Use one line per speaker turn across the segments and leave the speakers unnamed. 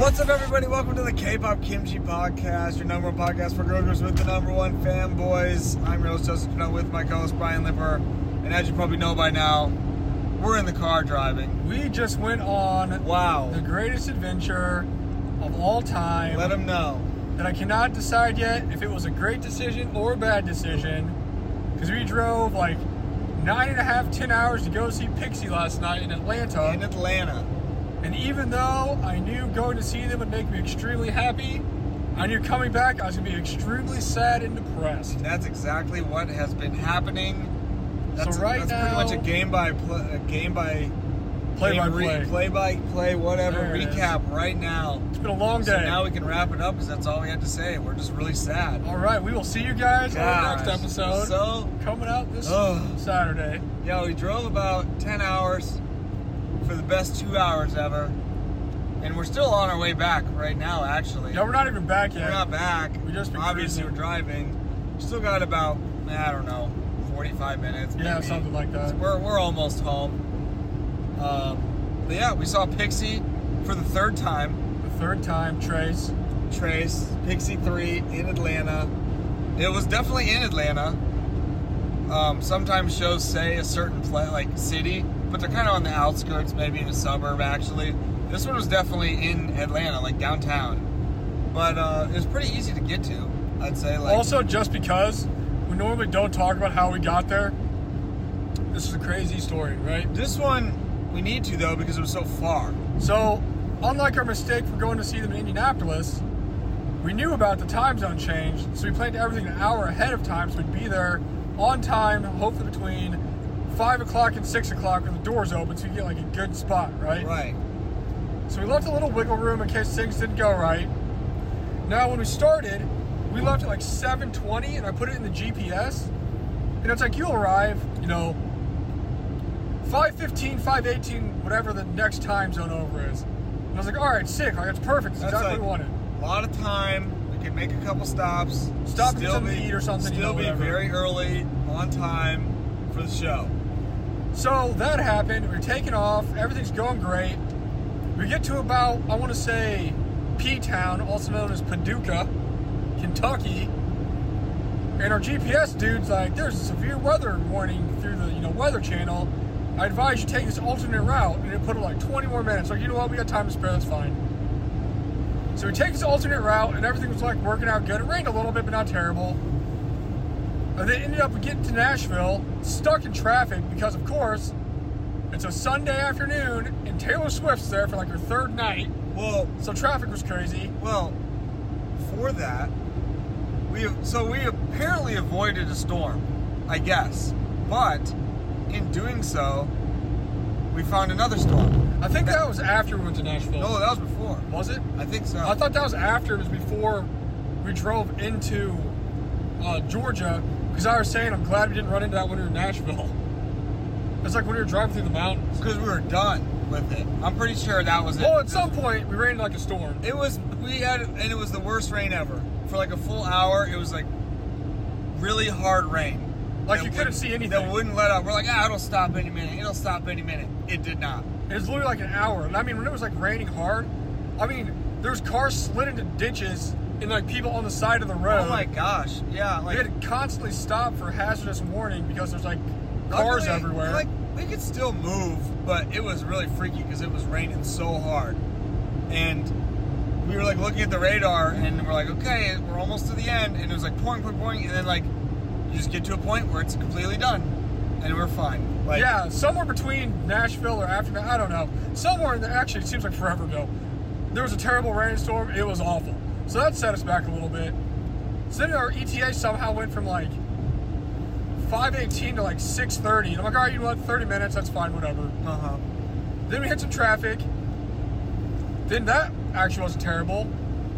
What's up, everybody? Welcome to the K-pop Kimchi Podcast, your number one podcast for girls with the number one fanboys. I'm your host Justin Janot with my co-host Brian Lipper, and as you probably know by now, we're in the car driving.
We just went on
Wow!
the greatest adventure of all time.
Let them know.
that I cannot decide yet if it was a great decision or a bad decision. Because we drove like nine and a half, ten hours to go see Pixie last night in Atlanta.
In Atlanta,
And even though I knew going to see them would make me extremely happy, I knew coming back I was going to be extremely sad and depressed.
that's exactly what has been happening. That's,
So right
that's
now-
pretty much a game by pl- a game by
Play
game
by
re-
play.
play by play, whatever
There it is.
recap right now.
It's been a long day.
So now we can wrap it up because that's all we had to say. We're just really sad.
All right, we will see you guys on the
Gosh.
next episode.
So
coming out this
Ugh.
Saturday.
Yeah, we drove about 10 hours for the best two hours ever. And we're still on our way back right now, actually.
No, we're not even back yet.
We're not back.
We just been
Obviously, we're
cruising.
driving. Still got about, I don't know, 45 minutes.
Yeah,
maybe.
something like that.
So We're, we're almost home. Um, but yeah, we saw Pixie for the third time.
The third time, Trace.
Trace, Pixie 3 in Atlanta. It was definitely in Atlanta. Um, sometimes shows say a certain pla like city, but they're kind of on the outskirts, maybe in a suburb actually. This one was definitely in Atlanta, like downtown. But uh, it was pretty easy to get to, I'd say. Like,
Also, just because we normally don't talk about how we got there, this is a crazy story, right?
this one we need to though because it was so far.
So, unlike our mistake for going to see them in Indianapolis, we knew about the time zone change, so we planned everything an hour ahead of time, so we'd be there on time, hopefully between five o'clock and six o'clock when the doors open, so you get like a good spot, right?
Right.
So we left a little wiggle room in case things didn't go right. Now, when we started, we left at like 7:20, and I put it in the GPS, and it's like you'll arrive, you know, 5:15, 5:18, whatever the next time zone over is. And I was like, all right, sick, like it's perfect, it's
That's
exactly
like-
what we wanted.
A lot of time. We could make a couple stops.
Stop and get something to eat or something, you
Still
know,
be
whatever.
very early on time for the show.
So that happened. We're taking off. Everything's going great. We get to about, I want to say, P Town, also known as Paducah, Kentucky. And our GPS dude's like, there's a severe weather warning through the, you know, weather channel. I advise you take this alternate route. And it put it like 20 more minutes. Like, you know what? We got time to spare. That's fine. So we take this alternate route, and everything was like working out good. It rained a little bit, but not terrible. And they ended up getting to Nashville, stuck in traffic because, of course, it's a Sunday afternoon and Taylor Swift's there for like her third night.
Well,
So traffic was crazy.
Well, for that, we so we apparently avoided a storm, I guess. But in doing so, we found another storm.
I think that was after we went to Nashville.
No, that was before.
was it?
I think so.
I thought that was after. It was before we drove into uh, Georgia because I was saying I'm glad we didn't run into that when we were in Nashville. It's like when we were driving through the mountains.
because we were done with it. I'm pretty sure that was it.
Well, at some point, we ran into like a storm.
It was we had and it was the worst rain ever. For like a full hour, it was like really hard rain.
Like
That
you couldn't
wouldn't-
see
That
anything.
wouldn't let up. We're like, ah, it'll stop any minute. It'll stop any minute. It did not.
It was literally like an hour. And I mean, when it was like raining hard, I mean, there's cars slid into ditches and like people on the side of the road.
Oh my gosh. Yeah.
we
Like
had to constantly stop for hazardous warning because there's like cars
Luckily,
everywhere.
Like we could still move, but it was really freaky because it was raining so hard, and we were like looking at the radar, and we're like, okay, we're almost to the end, and it was like pouring, pouring, pouring, and then like you just get to a point where it's completely done, and we're fine. Like
yeah, somewhere between Nashville or after I don't know. Somewhere in there, actually, it seems like forever ago. There was a terrible rainstorm. It was awful. So that set us back a little bit. So then our ETA somehow went from like 5:18 to like 6:30, and I'm like, all right, you know what? 30 minutes, that's fine, whatever.
Uh huh.
Then we hit some traffic. Then that actually wasn't terrible.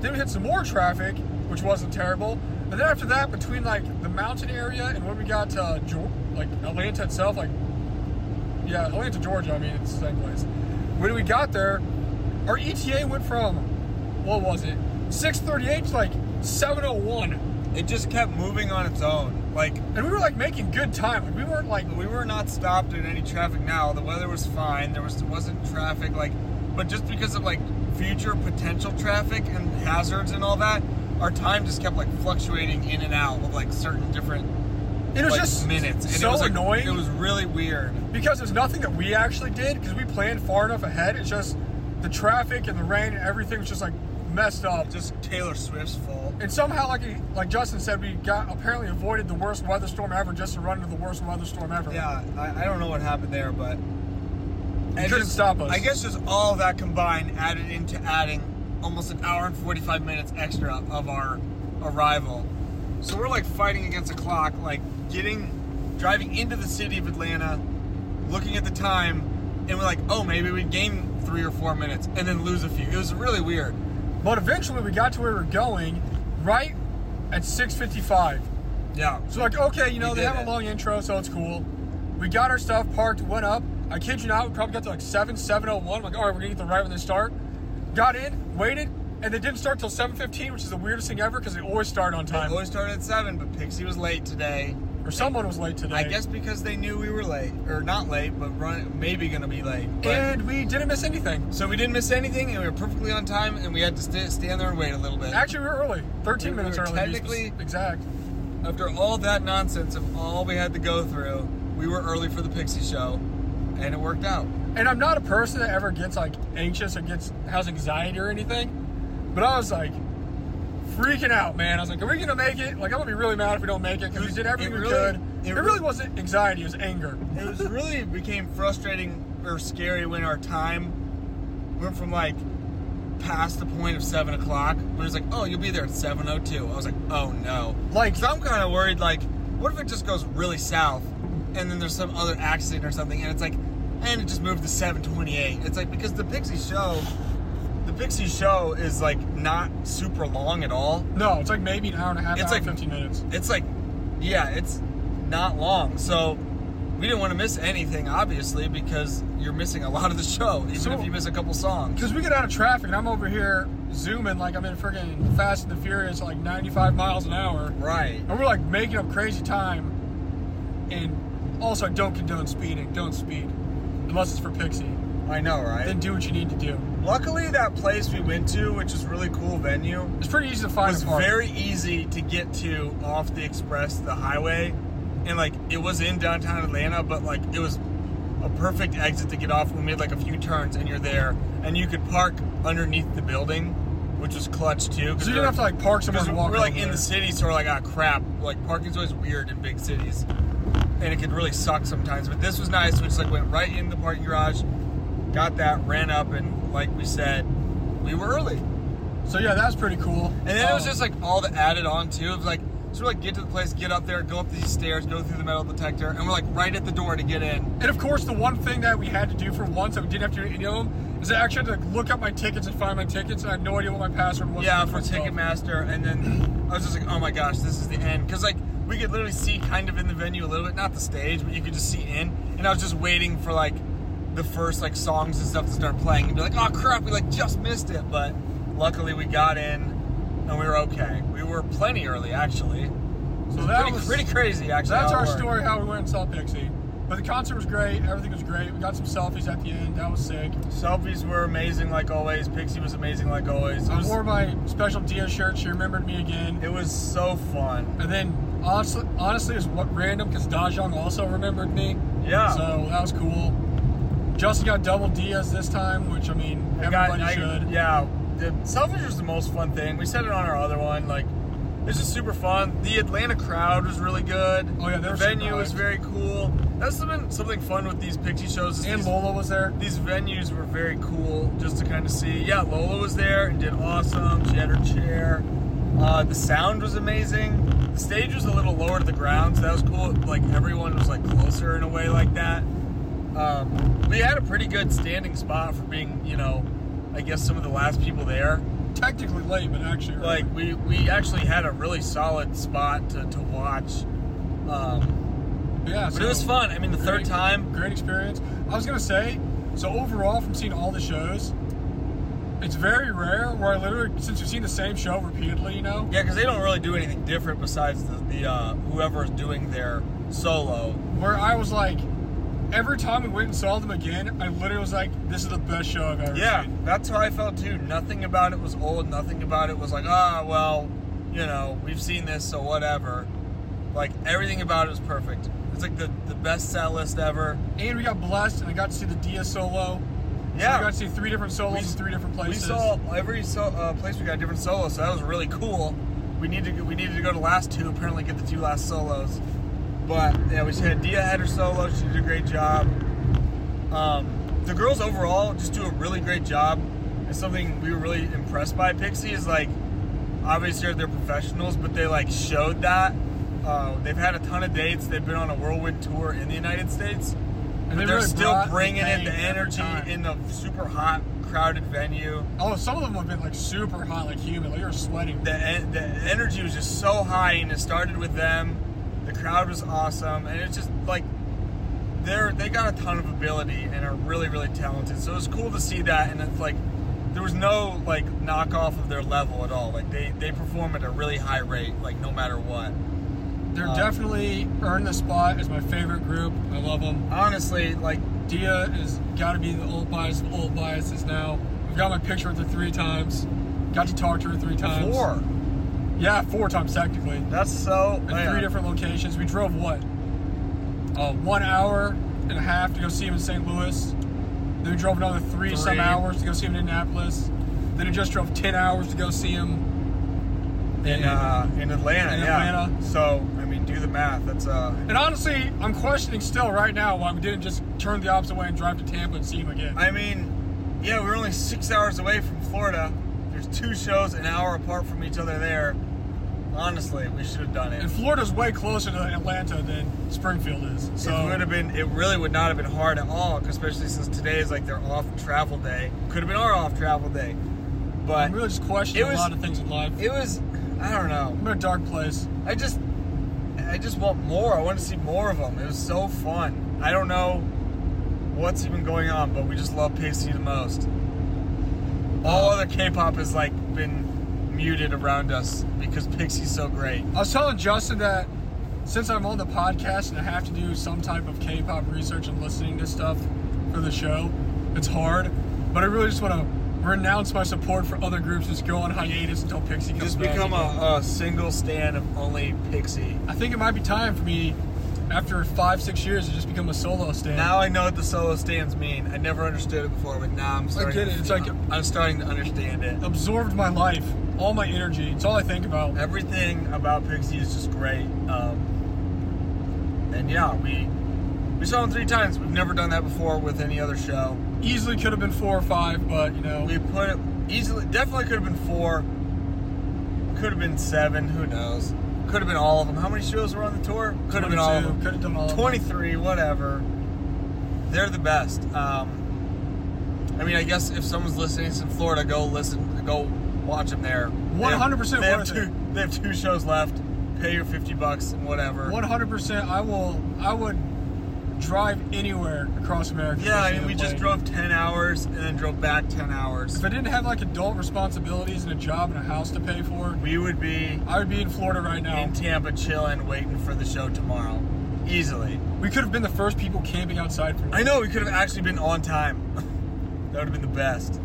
Then we hit some more traffic, which wasn't terrible. And then after that, between like the mountain area and when we got to Geor- like Atlanta itself, like yeah, Atlanta, Georgia. I mean, it's the same place. When we got there, our ETA went from what was it, 6:38 to like 7:01,
It just kept moving on its own. Like
and we were like making good time. Like we weren't like
we were not stopped in any traffic. Now the weather was fine. There was wasn't traffic. Like, but just because of like future potential traffic and hazards and all that, our time just kept like fluctuating in and out with like certain different
It was
like,
just
minutes. And
so
it was, like,
annoying.
It was really weird.
because there's nothing that we actually did because we planned far enough ahead. It's just the traffic and the rain and everything was just like messed up.
Just Taylor Swift's fault.
And somehow, like he- like Justin said, we got apparently avoided the worst weather storm ever just to run into the worst weather storm ever.
Yeah, I, I don't know what happened there, but I
couldn't stop us.
I guess just all that combined added into adding almost an hour and forty-five minutes extra of our arrival. So we're like fighting against a clock, like getting driving into the city of Atlanta, looking at the time, and we're like, oh, maybe we gain three or four minutes, and then lose a few. It was really weird.
But eventually, we got to where we were going, right at 6:55.
Yeah.
So like, okay, you know
We
they
did
have
it.
a long intro, so it's cool. We got our stuff parked, went up. I kid you not, we probably got to like seven, seven oh one. Like, all right, we're gonna get the right when they start. Got in, waited, and they didn't start till seven fifteen, which is the weirdest thing ever because they always start on
I
time.
always started at seven, but Pixie was late today.
Or someone was late today.
I guess because they knew we were late, or not late, but run, maybe gonna be late. But,
And we didn't miss anything.
so we didn't miss anything, and we were perfectly on time, and we had to st- stand there and wait a little bit.
Actually, we were early. Thirteen
We
minutes
were
early. to be
technically-
spec- exact.
After all that nonsense of all we had to go through, we were early for the Pixie show, and it worked out.
And I'm not a person that ever gets like anxious or gets has anxiety or anything, but I was like freaking out, man. I was like, "Are we gonna make it?" Like, I'm gonna be really mad if we don't make it because we did everything
It
we
really-
could.
it
It,
re-
really wasn't anxiety; it was anger.
It was really became frustrating or scary when our time went from like past the point of seven o'clock. But it was like, oh, you'll be there at seven o two. I was like, oh no.
Like,
Because I'm kind of worried, like, what if it just goes really south and then there's some other accident or something and it's like, and it just moved to 728. It's like, because the Pixie show, the Pixie show is like not super long at all.
no, it's like maybe an hour and a half.
It's
hour and
like-
15 minutes.
It's like, yeah, it's not long. So we didn't want to miss anything, obviously, because you're missing a lot of the show, even
So-
if you miss a couple songs.
Because we get out of traffic, and I'm over here zooming like I'm in freaking Fast and the Furious, at, like 95 miles an hour,
Right.
and we're like making up crazy time. And also, don't condone speeding. Don't speed unless it's for Pixie.
I know, right?
Then do what you need to do.
Luckily, that place we went to, which is a really cool venue,
It's pretty easy to
It
find
was
a park.
very easy to get to off the express to the highway and like it was in downtown atlanta but like it was a perfect exit to get off we made like a few turns and you're there and you could park underneath the building which was clutch too
so you don't have to like park somewhere
because
and walk.
we're like
over
in
there.
the city so we're like ah crap like parking's always weird in big cities and it could really suck sometimes but this was nice we just like went right in the parking garage got that ran up and like we said we were early
So yeah, that's pretty cool. Um,
and then it
Oh.
was just like all the added on too. It was like sort of like get to the place, get up there, go up these stairs, go through the metal detector, and we're like right at the door to get in.
and of course, the one thing that we had to do for once that we didn't have to do any of them is I actually had to look up my tickets and find my tickets, and I had no idea what my password was.
Yeah, for
myself.
Ticketmaster, and then I was just like, oh my gosh, this is the end, because like we could literally see kind of in the venue a little bit, not the stage, but you could just see in. And I was just waiting for like the first like songs and stuff to start playing, and be like, oh crap, we like just missed it. But luckily we got in, and we were okay. We were plenty early actually.
So
It was
that
pretty,
was
pretty crazy actually.
that's
how it
our
worked.
story how we went and saw Pixie. But the concert was great. Everything was great. We got some selfies at the end. That was sick.
Selfies were amazing like always. Pixie was amazing like always. It
I wore
was,
my special Dia shirt. She remembered me again.
it was so fun.
And then honestly, honestly, it was what random because Dajong also remembered me.
Yeah.
So that was cool. Justin got double Diaz this time, which I mean,
I got-
everybody
I-
should.
Yeah. The selfies was the most fun thing. We said it on our other one. Like, it's just super fun. The Atlanta crowd was really good.
Oh, yeah, they
the
were super
venue was
hyped.
very cool. That's been something fun with these Pixie shows. is
And
these,
Lola was there.
these venues were very cool just to kind of see. Yeah, Lola was there and did awesome. She had her chair. Uh, the sound was amazing. The stage was a little lower to the ground, so that was cool. Like everyone was like closer in a way like that. Um, we had a pretty good standing spot for being, you know, I guess some of the last people there.
Technically late, but actually early.
Like we we actually had a really solid spot to, to watch. Um,
yeah.
but it was fun. I mean, the third time.
Great experience. I was gonna say, so overall, from seeing all the shows, it's very rare where I literally, since you've seen the same show repeatedly, you know,
Yeah, because they don't really do anything different besides the, the uh, whoever's doing their solo.
where I was like, every time we went and saw them again, I literally was like, "This is the best show I've ever
Yeah,
seen."
that's how I felt too. Nothing about it was old. Nothing about it was like, ah, well, you know, we've seen this, so whatever. Like everything about it was perfect. It's like the the best set list ever.
And we got blessed, and I got to see the Dia solo.
Yeah,
we got to see three different solos
We-
in three different
we
places.
saw every so, uh, place we got a different solo, so that was really cool. We need to we needed to go to last two. Apparently, get the two last solos. But yeah, we just had Dia had her solo. She did a great job. Um, the girls overall just do a really great job. It's something we were really impressed by. Pixie is like obviously they're professionals, but they like showed that. Uh, they've had a ton of dates. They've been on a whirlwind tour in the United States,
And
but
they
they're
really
still
brought the
bringing in
pain
the
every
energy
time.
in the super hot, crowded venue.
Oh, some of them have been like super hot, like humid. Like you were sweating.
the en- the energy was just so high, and it started with them. The crowd was awesome, and it's just like they're they got a ton of ability and are really really talented. So it was cool to see that, and it's like there was no like knockoff of their level at all. Like they they perform at a really high rate, like no matter what.
They're
Um,
definitely earned the spot as my favorite group. I love them.
Honestly, like
Dia has got to be the old bias of old biases now. I've got my picture with her three times. Got to talk to her three times.
four.
Yeah, four times technically.
That's so
At
man.
three different locations. We drove what? Uh, one hour and a half to go see him in St. Louis. Then we drove another three, some
Three.
hours to go see him in Indianapolis. Then we just drove ten hours to go see him.
in uh, in Atlanta.
In
yeah.
Atlanta.
So I mean, do the math. That's uh.
And honestly, I'm questioning still right now why we didn't just turn the opposite way and drive to Tampa and see him again.
I mean, yeah, we're only six hours away from Florida. There's two shows an hour apart from each other there. Honestly, we should have done it.
and Florida's way closer to Atlanta than Springfield is.
So
So
it would have been. It really would not have been hard at all, especially since today is like their off travel day. Could have been our off travel day, but
I'm really just questioning
It was-
a lot of things in life.
it was. I don't know.
I'm in a dark place.
I just, I just want more. I want to see more of them. It was so fun. I don't know what's even going on, but we just love Pixie the most. All other K-pop has like been muted around us because Pixie's so great.
I was telling Justin that since I'm on the podcast and I have to do some type of K-pop research and listening to stuff for the show, it's hard. But I really just want to renounce my support for other groups. Just go on hiatus until Pixie comes
Just
back.
become a, a single stand of only Pixie.
I think it might be time for me, after five six years, to just become a solo stand.
Now I know what the solo stands mean. I never understood it before, but now I'm starting.
get it.
to-
It's like-
I'm starting to understand it.
absorbed my life, all my energy. It's all I think about.
everything about Pixie is just great. Um, and yeah, we we saw them three times. We've never done that before with any other show.
Easily could have been four or five, but you know,
We put it easily, definitely could have been four, could have been seven. Who knows? Could have been all of them. How many shows were on the tour? Could have been all of them.
Could have done all. of them.
23, whatever. They're the best. Um, I mean, I guess if someone's listening from Florida, go listen, go watch them there. They have-
100%
They have
worth
two. They have two shows left. Pay your 50 bucks and whatever.
100%. I will. I would drive anywhere across America.
yeah,
to
I
see
mean,
them
we just
play.
drove 10 hours and then drove back 10 hours.
If I didn't have like adult responsibilities and a job and a house to pay for,
We would be
I would be in Florida right now.
in Tampa chilling, waiting for the show tomorrow, easily.
we could have been the first people camping outside for.
I know we could have actually been on time. that would have been the best.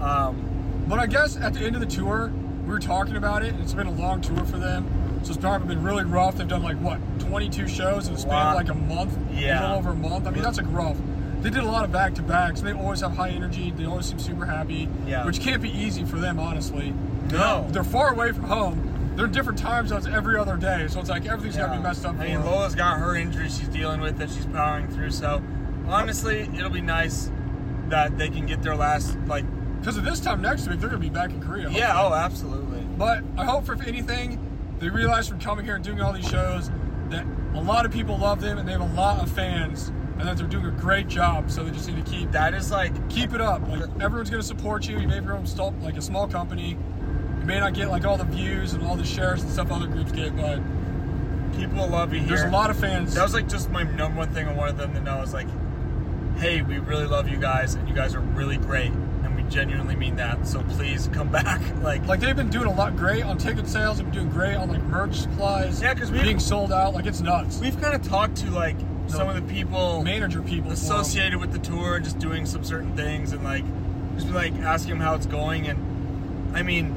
Um,
But I guess at the end of the tour, we were talking about it, and it's been a long tour for them. So it's probably been really rough. They've done like what, 22 shows in the span
Lot.
of like a month,
Yeah.
a little over a month. I mean, that's like rough. They did a lot of back to backs. They always have high energy. They always seem super happy,
Yeah.
which can't be easy for them, honestly.
No.
they're far away from home. They're in different time zones every other day, so it's like everything's got to be messed up.
I
for
mean,
them.
Lola's got her injury she's dealing with that she's powering through. So honestly, it'll be nice that they can get their last like.
Because at this time next week, they're going to be back in Korea. hopefully.
Yeah. Oh, absolutely.
But I hope, for if anything, they realize from coming here and doing all these shows that a lot of people love them and they have a lot of fans and that they're doing a great job. So they just need to keep
That is like.
keep it up. Like everyone's gonna support you. You may have your own stall, like a small company. You may not get like all the views and all the shares and stuff other groups get, but
People love you here.
there's a lot of fans.
That was like just my number one thing I wanted them to know is like, hey, we really love you guys and you guys are really great and we genuinely mean that. So please come back. Like,
like they've been doing a lot great on ticket sales. They've been doing great on like merch supplies.
Yeah, 'cause we-
being sold out. Like it's nuts.
we've kind of talked to like some of the people
manager people
associated with the tour and just doing some certain things and like just been like asking them how it's going and I mean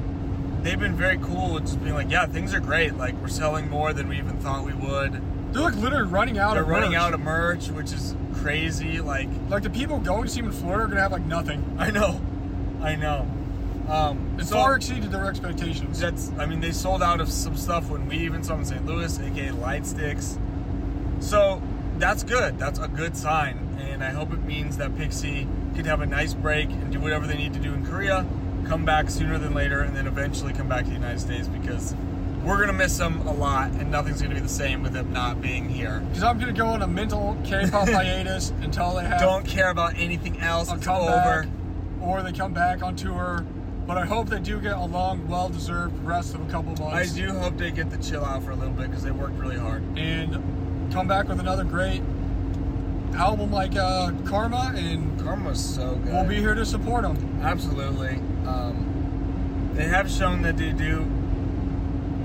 they've been very cool with just being like yeah things are great like we're selling more than we even thought we would
They're like literally running out.
they're
of
running
merch.
out of merch which is crazy like
Like the people going to see him in Florida are gonna have like nothing.
I know I know um
It
so-
far exceeded their expectations.
that's I mean they sold out of some stuff when we even saw them in St. Louis, aka light sticks. So that's good. That's a good sign, and I hope it means that Pixie can have a nice break and do whatever they need to do in Korea, come back sooner than later, and then eventually come back to the United States because we're gonna miss them a lot, and nothing's gonna be the same with them not being here.
Because I'm gonna go on a mental K-pop hiatus until they have
Don't care about anything else.
a
It's
comeback,
over.
or they come back on tour. But I hope they do get a long, well-deserved rest of a couple
I
months.
do hope they get to chill out for a little bit because they worked really hard.
and come back with another great album like uh, Karma, and
Karma's so good.
we'll be here to support them.
Absolutely. Um, they have shown that they do,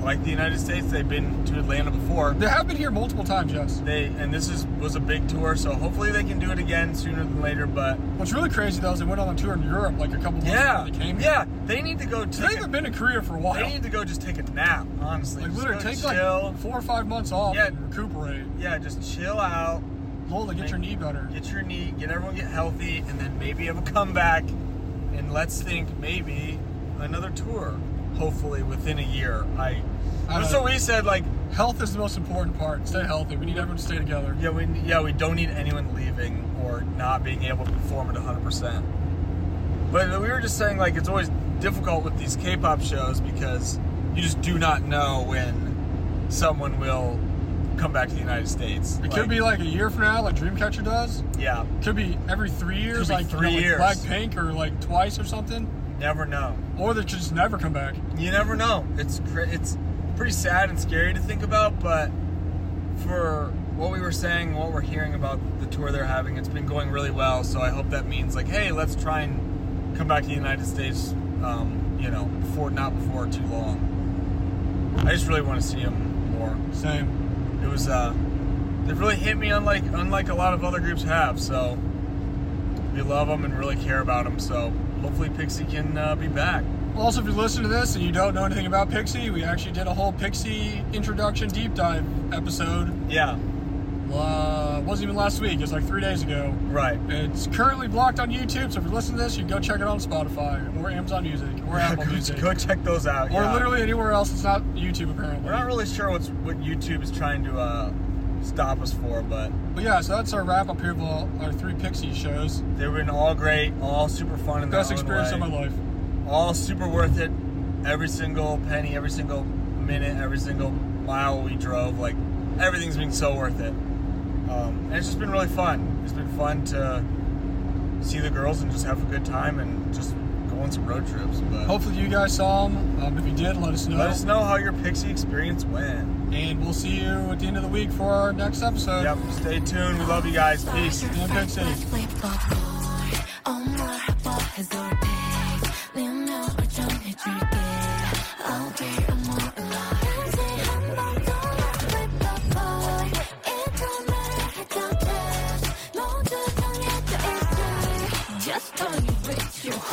like the United States, they've been to Atlanta before.
They have been here multiple times, yes.
They and this is was a big tour, so hopefully they can do it again sooner than later. But
What's really crazy though is they went on a tour in Europe like a couple months
yeah,
before they came. here.
yeah, they need to go.
They
Take a,
haven't been to Korea for a
they
while.
need to go just take a nap. Honestly,
Like
Just
literally
go
take
chill.
like four or five months off
Yeah.
and recuperate.
yeah, just chill out,
Lola, get your knee better.
get your knee, get everyone get healthy, and then maybe have a comeback. And let's think maybe another tour, hopefully within a year. I.
Uh,
That's what we said. Like
Health is the most important part. Stay healthy. We need everyone to stay together.
Yeah, we yeah we don't need anyone leaving or not being able to perform at 100. percent But we were just saying like it's always difficult with these K-pop shows because you just do not know when someone will come back to the United States.
It could be like a year from now, like Dreamcatcher does.
yeah,
Could be every three years,
be
like
three
you know, like
years.
Blackpink, or like twice or something.
never know.
Or they could just never come back.
You never know. It's cra- it's pretty sad and scary to think about, but for what we were saying, what we're hearing about the tour they're having, it's been going really well. So I hope that means like, hey, let's try and come back to the United States. Um, you know, before not before too long. I just really want to see them more.
Same.
It was uh, they really hit me unlike unlike a lot of other groups have. So we love them and really care about them. So hopefully Pixie can uh, be back.
Also, if you listen to this and you don't know anything about Pixie, we actually did a whole Pixie introduction deep dive episode.
Yeah,
Uh, wasn't even last week. It was like three days ago.
right.
It's currently blocked on YouTube, so if you listen to this, you can go check it on Spotify or Amazon Music or
Yeah,
Apple
go,
Music
go check those out.
or
yeah.
literally anywhere else. It's not YouTube apparently.
we're not really sure what's what YouTube is trying to uh, stop us for, but
But yeah, so that's our wrap up here of all our three Pixie shows.
they've been all great, all super fun in their
Best
own
experience
way.
of my life.
All super worth it. Every single penny, every single minute, every single mile we drove, like everything's been so worth it. Um, and it's just been really fun. It's been fun to see the girls and just have a good time and just go on some road trips. But
Hopefully you guys saw them. Um, if you did, let us know.
let us know how your Pixie experience went.
And we'll see you at the end of the week for our next episode.
Yep, stay tuned. We love you guys. Peace.
Yeah, thanks, Eddie.
Just turn you with your